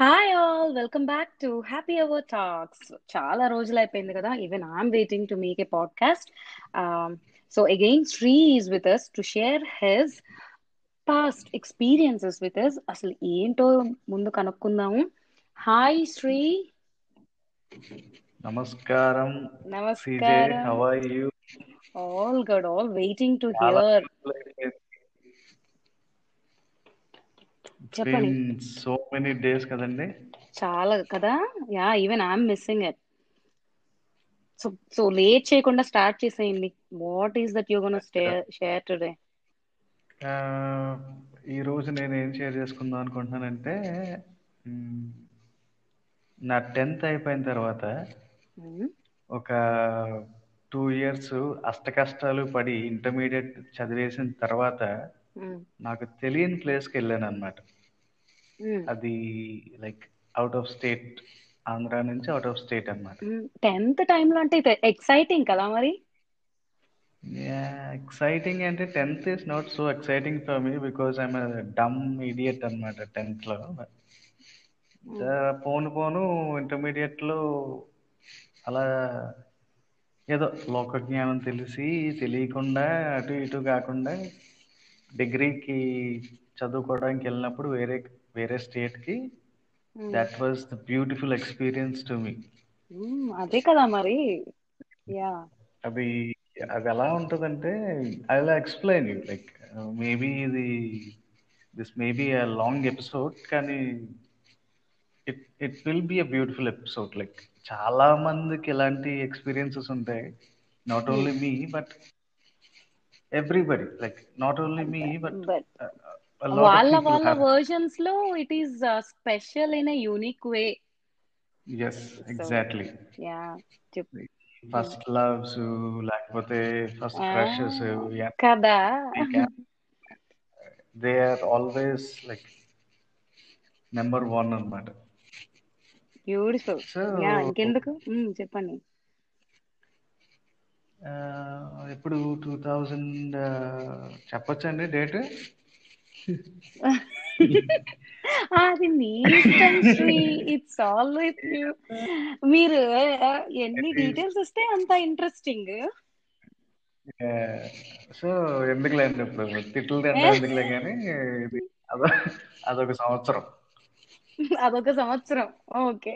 Hi all welcome back to happy hour talks చాలా రోజులు అయిపోయింది కదా even I'm waiting to make a podcast Um, so again Sri is with us to share his past experiences with us అసలు ఏంటో ముందు కనుక్కుందాము hi Sri నమస్కారం CJ నమస్కారం how are you all good all waiting to చాలా హియర్ ఇట్స్ బీన్ చెప్పండి so many days కదండి చాలా కదా yeah even I'm missing it so so late చేయకుండా స్టార్ట్ చేసేయండి what is that you gonna share today ఆ, ఈ రోజు నేను ఏం షేర్ చేసుకుందాం అనుకుంటున్నానంటే మ్, నా టెన్త్ అయిపోయిన తర్వాత ఒక టూ ఇయర్స్ అష్టకష్టాలు పడి ఇంటర్మీడియట్ చదివేసిన తర్వాత నాకు తెలియని ప్లేస్కి వెళ్ళాను అనమాట అది like out of state Andhra నుంచి అవుట్ ఆఫ్ స్టేట్ అనమాట టెన్త్ టైంలో అంటే ఇది ఎక్సైటింగ్ కదా మరి ఎక్సైటింగ్ అంటే tenth is not so exciting for me because I'm dumb idiot అనమాట టెన్త్ లో ద- పోను పోను ఇంటర్మీడియట్ లో అలా ఏదో లోక జ్ఞానం తెలిసి తెలియకుండా అటు ఇటు కాకుండా డిగ్రీకి చదువుకోవడానికి వెళ్ళినప్పుడు వేరే వేరే state కి Hmm. That was the beautiful experience to me మ్మ్. Mm-hmm. అదే కదా మరి యా అది అది ఎలా ఉంటుందంటే I will explain you like maybe ఇది this maybe a long episode కానీ it it will be a beautiful episode like చాలా మందికి ఇలాంటి ఎక్స్పీరియన్సెస్ ఉంటాయి not only me but everybody like not only me but but lot of వాళ్ళ people వాళ్ళ have versions లో uh, it is special in unique way yes so exactly yeah చెప్ first loves లేకపోతే first ఆ, crushes Ah, కదా they are always like number one అనమాట beautiful so yeah ఇంకెందుకు మ్మ్, చెప్పండి ఎప్పుడు టూ థౌజండ్ చెప్పొచ్చండి డేట్ అది మీ ఇష్టం Sri it's all with you మీరు ఆ, ఎన్ని డీటెయిల్స్ ఇస్తే అంత ఇంట్రెస్టింగ్ సో ఎందుకులేండి ఇప్పుడు తిట్లు తినడం ఎందుకులే కానీ ఇది అదో అదొక సంవత్సరం అదొక సంవత్సరం ఓకే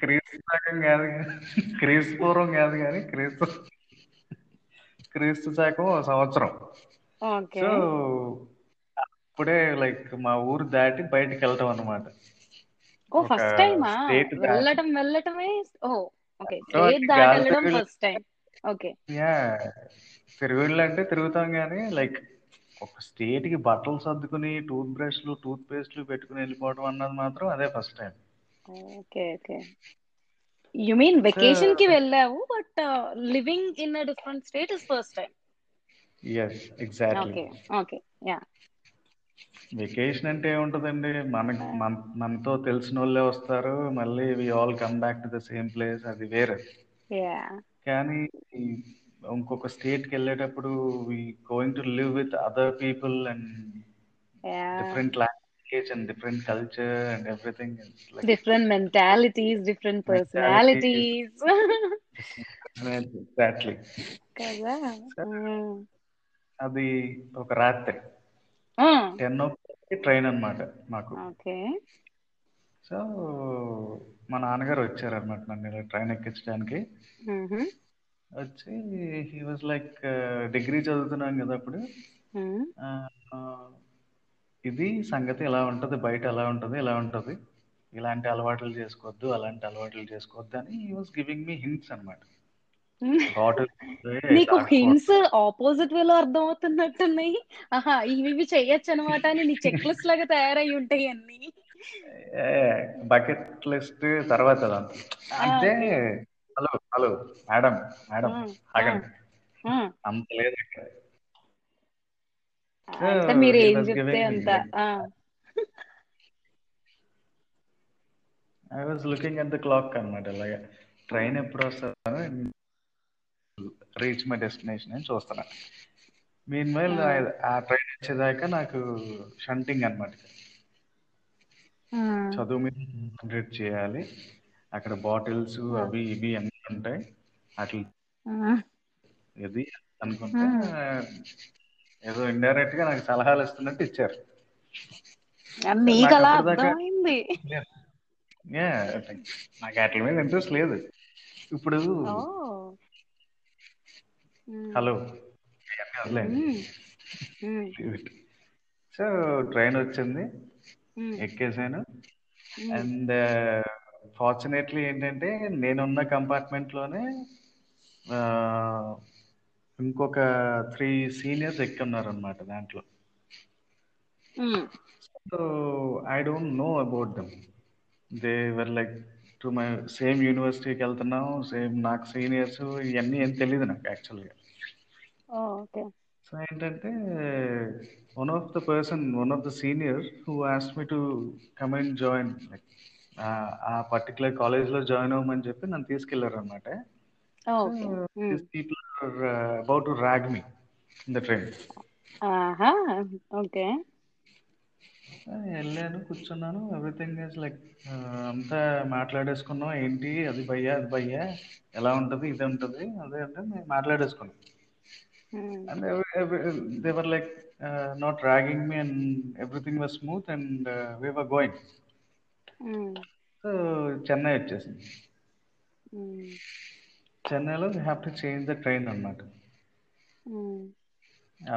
క్రీస్తు శాకం కాదు కానీ- క్రీస్తు పూర్వం కాదు కానీ క్రీస్తు క్రీస్తు శాకం ఒక సంవత్సరం ఓకే సో అప్పుడే లైక్ మా ఊరు దాటి బయటికి వెళ్ళటం అనమాట ఓ ఒక ఫస్ట్ టైమా స్టేట్ దాటి వెళ్ళటం వెళ్ళటమే ఓ ఓకే సో స్టేట్ దాటి గాలి వెళ్ళడం తిరిగి ఫస్ట్ టైం ఓకే యా తిరుగుళ్ళు అంటే తిరుగుతాం కానీ లైక్ ఒక స్టేట్ కి బట్టలు సర్దుకుని టూత్ బ్రష్లు టూత్ పేస్ట్లు పెట్టుకుని వెళ్ళిపోవడం అన్నది మాత్రం అదే first time okay okay you mean so vacation కి వెళ్ళావు uh, but living in a different state is first time yes exactly okay okay yeah vacation అంటే ఏముంటుందండి మనకి మన మనతో తెలిసిన వాళ్ళే వస్తారు మళ్ళీ we all come back to the same place అది వేరే యా కానీ ఈ ఇంకొక state కి వెళ్ళేటప్పుడు we going to live with other people and yeah different language and different culture and everything like different mentalities, different mentalities personalities. Exactly కదా Mm. అది ఒక రాత్రి Ah, టెన్ ఓ క్లాక్కి ట్రైన్ అన్నమాట మాకు ఓకే సో మా నాన్నగారు వచ్చారనమాట నన్ను ఇలా ట్రైన్ ఎక్కించడానికి Mhm. వచ్చి హీ వాజ్ లైక్ డిగ్రీ చదువుతున్నాం కదా అప్పుడు Mm. ఆ, ఆ, ఇది సంగతి ఇలా ఉంటుంది బయట ఎలా ఉంటుంది ఇలా ఉంటుంది ఇలాంటి అలవాట్లు చేసుకోవద్దు అలాంటి అలవాట్లు చేసుకోవద్దు అని he was giving me hints అనమాట గాటల్ నీకు కాకపోవడం హింట్స్ ఆపోజిట్ వేలో అర్థం అవుతున్నట్టున్నాయి ఆహా ఇవి ఇవి చెయ్యొచ్చు అనమాట అని నీ చెక్ లిస్ట్ లాగా తయారై ఉంటాయి అన్ని బకెట్ లిస్ట్ తర్వాత అదంతా. అంటే okay hello hello madam madam ఆగండి అంత లేదు ఇక్కడ సో అంత మీరు హీ ఏం వాజ్ చెప్తే గివింగ్ మీ అంత like I was looking at the clock అనమాట అలాగే ట్రైన్ ఎప్పుడు వస్తాను రీచ్ మై డెస్టినేషన్ అని చూస్తున్నా మీన్ వైల్ ఆ ట్రైన్ వచ్చేదాకా నాకు షంటింగ్ అనమాట Mm. చదువు మీద కాన్సన్ట్రేట్ చేయాలి అక్కడ బాటిల్స్ Yeah. అవి ఇవి అన్నీ ఉంటాయి అట్లా Mm. ఇది అనుకుంటే Mm. ఏదో ఇండైరెక్ట్ గా నాకు సలహాలు ఇస్తున్నట్టు ఇచ్చారు అని సరే, నీకు నాకు అలా అప్పటిదాకా అర్థమైంది లేదు. Yeah, నాకు వాటి మీద ఇంట్రెస్ట్ లేదు ఇప్పుడు ఓ హలో ఏం కాదులే Hmm. సో ట్రైన్ వచ్చింది Hmm. ఎక్కేసాను అండ్ ఫార్చునేట్లీ ఏంటంటే నేనున్న కంపార్ట్మెంట్ లోనే ఆ, ఇంకొక త్రీ సీనియర్స్ ఎక్కున్నారు అనమాట దాంట్లో Hmm. So I don't know about them they were like to my same యూనివర్సిటీకి వెళ్తున్నాం సేమ్ నాకు సీనియర్స్ ఇవన్నీ ఏం తెలియదు నాకు యాక్చువల్గా ఓకే సో ఏంటంటే one of the person one of the senior who asked me to come and join like ఆ పర్టికులర్ కాలేజ్లో జాయిన్ అవ్వమని చెప్పి నన్ను తీసుకెళ్లారు అనమాట so okay this people are about to rag me in the train ఆహా okay వెళ్ళాను కూర్చున్నాను ఎవ్రీథింగ్ ఇస్ లైక్ అంతా మాట్లాడేసుకున్నాం ఏంటి అది భయ్యా అది భయ్యా ఎలా ఉంటుంది ఇది ఉంటుంది అదే అంటే మేము మాట్లాడేసుకున్నాం Hmm. And they were like not ragging me and everything was smooth and we are going Hmm. So Chennai వచ్చేసింది Hmm. చెన్నైలో we have to change the train అనమాట Hmm.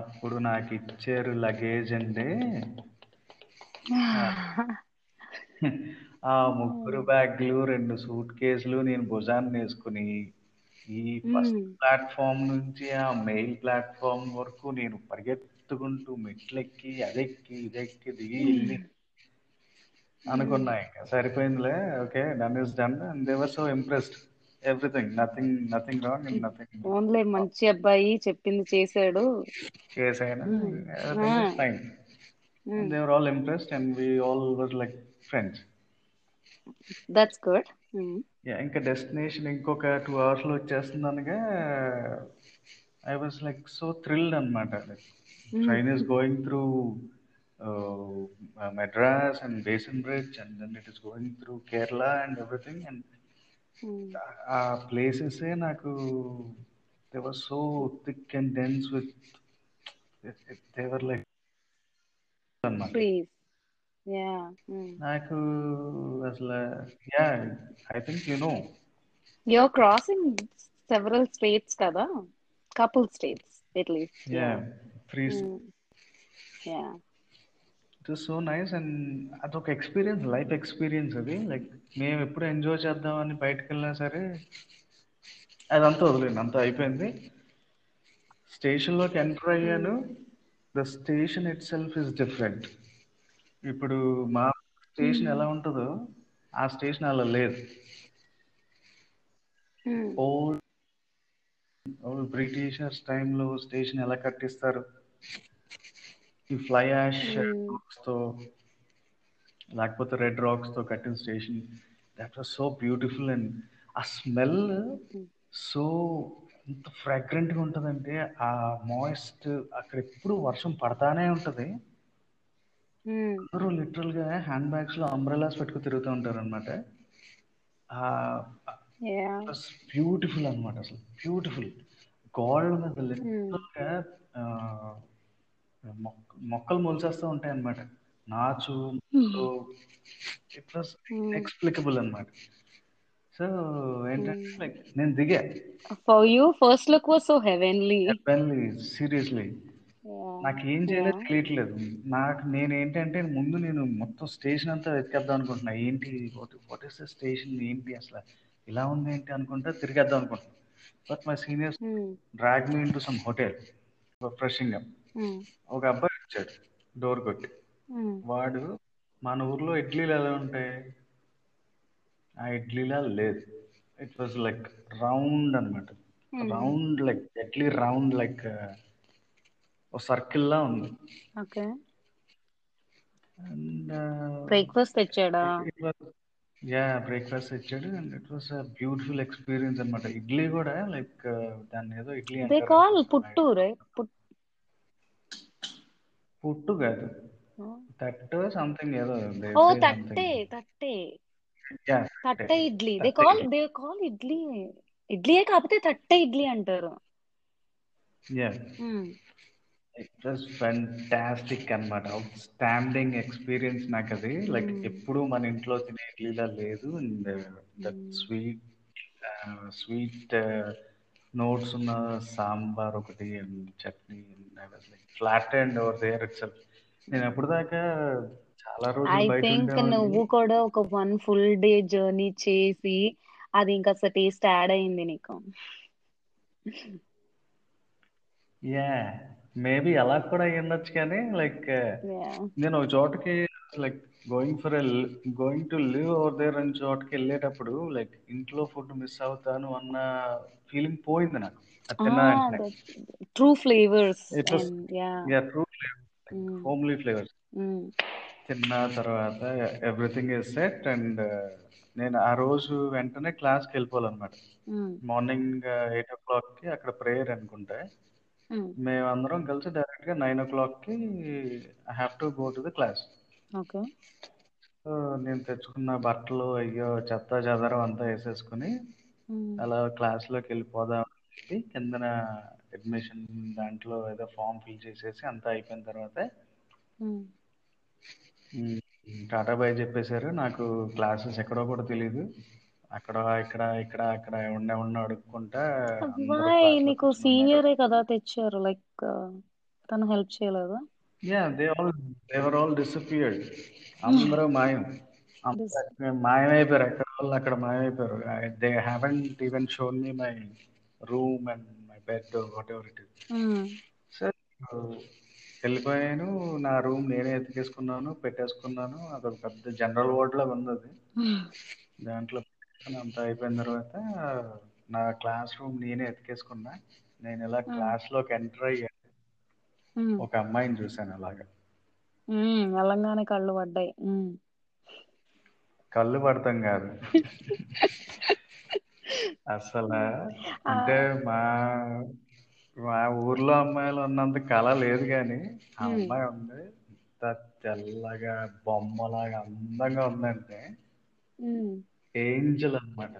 అప్పుడు నాకు ఇచ్చారు లగేజ్ అండి ఆ ముగ్గురు బ్యాగ్లు రెండు సూట్ కేసులు నేను భుజాన్ని వేసుకుని ఈ ఫస్ట్ ప్లాట్ఫామ్ నుంచి ఆ మెయిల్ ప్లాట్ఫామ్ వరకు నేను పరిగెత్తుకుంటూ మెట్లెక్కి అదెక్కి ఇదెక్కి దిగి వెళ్ళి అనుకున్నా ఇంకా సరిపోయిందిలే okay done is done and they were so impressed everything nothing nothing wrong and nothing only మంచి అబ్బాయి చెప్పింది చేశాడు చేసాను Mm. Everything is Ah. Fine and Mm. They were all impressed and we all were like friends That's good. Mm. Yeah ఇంకా destination ఇంకొక two అవర్స్లో వచ్చేస్తుంది అనగా I was like so thrilled అనమాట Mm. Train is going through uh, Madras and Basin Bridge and then it is going through Kerala and everything and Mm. ఆ places నాకు they were so thick and dense with they were like అనమాట Trees. Yeah. Mm. నాకు అసలు yeah I think you know You're crossing several states, kada? Couple states, at least. Yeah Yeah. Free Mm. Yeah. It so nice and అదొక experience life experience అది like మేము ఎప్పుడు enjoy చేద్దామని బయటకు వెళ్ళినా సరే అదంతా వదిలేదు అంతా అయిపోయింది స్టేషన్లోకి ఎంటర్ అయ్యాను Mm. The station itself is different ఇప్పుడు మా స్టేషన్ ఎలా ఉంటుందో ఆ స్టేషన్ అలా లేదు Mm. ఓల్డ్ బ్రిటిషర్స్ టైంలో స్టేషన్ ఎలా కట్టిస్తారు ఈ ఫ్లై యాష్ Mm. తో లేకపోతే రెడ్ రాక్స్ తో కట్టిన station that was so beautiful and ఆ స్మెల్ Mm. సో ఎంత fragrant గా ఉంటుందంటే ఆ మాయిస్ట్ అక్కడ ఎప్పుడు వర్షం పడతానే ఉంటుంది Mm. అందరూ లిటరల్ గా హ్యాండ్ బ్యాగ్స్ లో అంబ్రెలాస్ పెట్టుకుని తిరుగుతూ ఉంటారు అనమాట Yeah. బ్యూటిఫుల్ అన్నమాట అసలు బ్యూటిఫుల్ గోల్డ్ మీద Mm. లిటరల్ గా ఆ, మొక్క- మొక్కలు మొలిచేస్తూ ఉంటాయి అనమాట నాచు మొక్కలు ఇట్ వాస్ Mm. ఎక్స్ప్లికబుల్ అనమాట సో ఏంటంటే Mm. లైక్ నేను దిగా For you, first look was so heavenly. Heavenly seriously Yeah. నాకు ఏం చేయలేదు Yeah. తెలియట్లేదు నాకు నేను ఏంటంటే ముందు నేను మొత్తం స్టేషన్ అంతా వెతికేద్దాం అనుకుంటున్నా ఏంటి వాట్ ఇస్ ద స్టేషన్ ఏంటి అసలు ఇలా ఉంది ఏంటి అనుకుంటా తిరిగేద్దాం అనుకుంటున్నా but my seniors Mm. Drag me into some hotel freshing Mm. ఒక అబ్బాయి వచ్చాడు డోర్ కొట్టి Mm. వాడు మన ఊర్లో ఇడ్లీలు ఎలా ఉంటాయి ఆ ఇడ్లీలా లేదు ఇట్ వాజ్ లైక్ రౌండ్ అనమాట Mm. రౌండ్ లైక్ ఎట్లీ రౌండ్ లైక్ uh, ఓ సర్కిల్ లా ఉంది Okay. అండ్ Breakfast తెచ్చాడా? ఇట్ వాజ్ యా బ్రేక్ఫాస్ట్ ఇచ్చాడు and it was beautiful experience అనమాట ఇడ్లీ కూడా లైక్ దాన్ని ఏదో ఇడ్లీ They అంటారు call అనుకుంటున్నాను puttu, right? Put పుట్టు కాదు తట్టు సంథింగ్ ఏదో దే ఓ say Oh, thatte something thatte yeah తట్ట idli they thatte call they call idli ఇడ్లీయే కాకపోతే తట్టే ఇడ్లీ అంటారు యా మ్మ్. ఇట్ వాస్ ఫెంటాస్టిక్ అనమాట అవుట్ స్టాండింగ్ ఎక్స్పీరియన్స్ నాకు అది లైక్ మ్మ్. ఎప్పుడు మన ఇంట్లో తినే ఇడ్లీలా లేదు uh, దట్ మ్మ్. Sweet uh, sweet notes uh, ఉన్న సాంబార్ ఒకటి and chutney like flat and over there it's నేను అప్పుడు దాకా చాలా ఐ రోజులు బయట థింక్ ఉండేవాడిని నువ్వు కూడా ఒక వన్ ఫుల్ డే జర్నీ చేసి అది ఇంకా అసలు టేస్ట్ యాడ్ అయింది నీకు యా మేబీ అలా కూడా అయి ఉండొచ్చు కానీ uh, లైక్ Yeah. నేను ఒక చోటకి like going for going to live over there అని చోటకి వెళ్ళేటప్పుడు లైక్ ఇంట్లో ఫుడ్ మిస్ అవుతాను అన్న ఫీలింగ్ పోయింది నాకు అది ఆ తిన్న వెంటనే the true flavours it was and yeah yeah true flavour like Hmm. Homely flavours తిన్న తర్వాత everything is set and uh, నేను ఆ రోజు వెంటనే క్లాస్కి వెళ్ళిపోవాలన్నమాట Hmm. uh, మార్నింగ్ ఎయిట్ ఓ క్లాక్కి అక్కడ ప్రేయర్ అనుకుంటే Hmm. మేమందరం కలిసి డైరెక్ట్గా నైన్ ఓ క్లాక్కి I have to go to the class okay so నేను తెచ్చుకున్న బట్టలు అయ్యో చెత్త చెదరం అంతా వేసేసుకుని Hmm. అలా క్లాస్లోకి వెళ్ళిపోదాం అని చెప్పి కిందన అడ్మిషన్ దాంట్లో ఏదో ఫామ్ ఫిల్ చేసేసి అంతా అయిపోయిన తర్వాత Hmm. "ఉమ్, టాటా బాయ్ చెప్పేశారు నాకు క్లాసెస్ ఎక్కడో కూడా తెలియదు అక్కడ ఇక్కడ ఇక్కడ అక్కడ ఉండే ఉన్న అడుక్కుంటా అందరూ వై క్లాస్లో నీకు కూర్చున్నారు సీనియరే కదా తెచ్చారు లైక్ తను హెల్ప్ చేయలేదా yeah they all they were all disappeared అందరూ మాయం అందరూ దిస్ అక్కడ మాయమైపోయారు ఎక్కడ వాళ్ళు అక్కడ మాయమైపోయారు they haven't even shown me my room and my bed whatever it is Hmm. So వెళ్ళిపోయాను నా రూమ్ నేనే ఎతికేసుకున్నాను పెట్టేసుకున్నాను అదొక పెద్ద జనరల్ వార్డ్లో ఉంది అది దాంట్లో పెట్టేసుకుని అంతా అయిపోయిన తర్వాత నా క్లాస్ రూమ్ నేనే ఎతికేసుకున్నా నేను ఇలా క్లాస్లోకి ఎంటర్ అయ్యాను Hmm. Oh. ఒక అమ్మాయిని చూశాను అలాగా వెళ్ళంగానే కళ్ళు పడ్డాయి Mm. కళ్ళు పడతాం కాదు అసలు ఆ, అంటే మా మా ఊర్లో అమ్మాయిలు ఉన్నంత కళ లేదు కానీ ఆ mm, అమ్మాయి ఉంది ఇంత తెల్లగా బొమ్మలాగా అందంగా ఉందంటే mm, ఏంజల్ అన్నమాట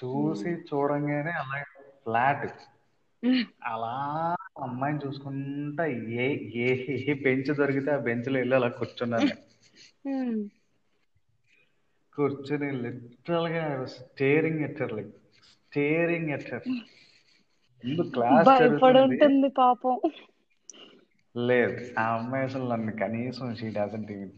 చూసి mm. చూడంగానే అలా ఫ్లాట్ అలా అమ్మాయిని చూసుకుంటా ఏ ఏ ఏ బెంచ్ దొరికితే ఆ బెంచ్లో వెళ్ళి అలా కూర్చున్నాను నేను. Mm. కూర్చుని లిటరల్ గా staring at her like staring at her ముందు క్లాస్ జరుగుతుంది భయపడుంటుంది పాపం లేదు ఆ అమ్మాయి అసలు నన్ను కనీసం షీ డజంట్ ఈవెన్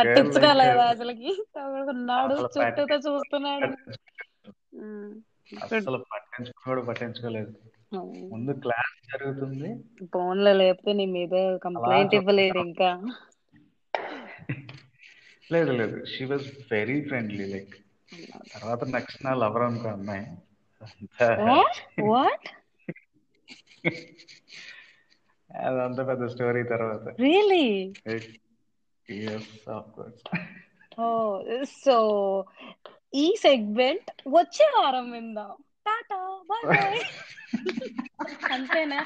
అందుకే గర్ల్ లైక్ పట్టించుకోలేదు అసలుకి తమ్ముడు ఉన్నాడు అసలు చుట్టూతో చూస్తున్నాడు పట్టించుకో ఉమ్. గుడ్. అసలు పట్టించుకోడు పట్టించుకోలేదు ఉమ్. ముందు క్లాస్ జరుగుతుంది ఫోన్లో లేకపోతే నీ మీద అలా కంప్లైంట్ ఇవ్వలేదు చూస్తా ఇంకా లేదు లేదు she was very friendly like తర్వాత నెక్స్ట్ నా లవర్ అనుకో అమ్మాయి అంతా వాట్ అదంతా పెద్ద స్టోరీ తర్వాత really yes of course oh so ఈ సెగ్మెంట్ వచ్చే వారం విందాం టాటా బాయ్ బాయ్ అంతేనా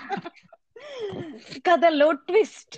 కథలో ట్విస్ట్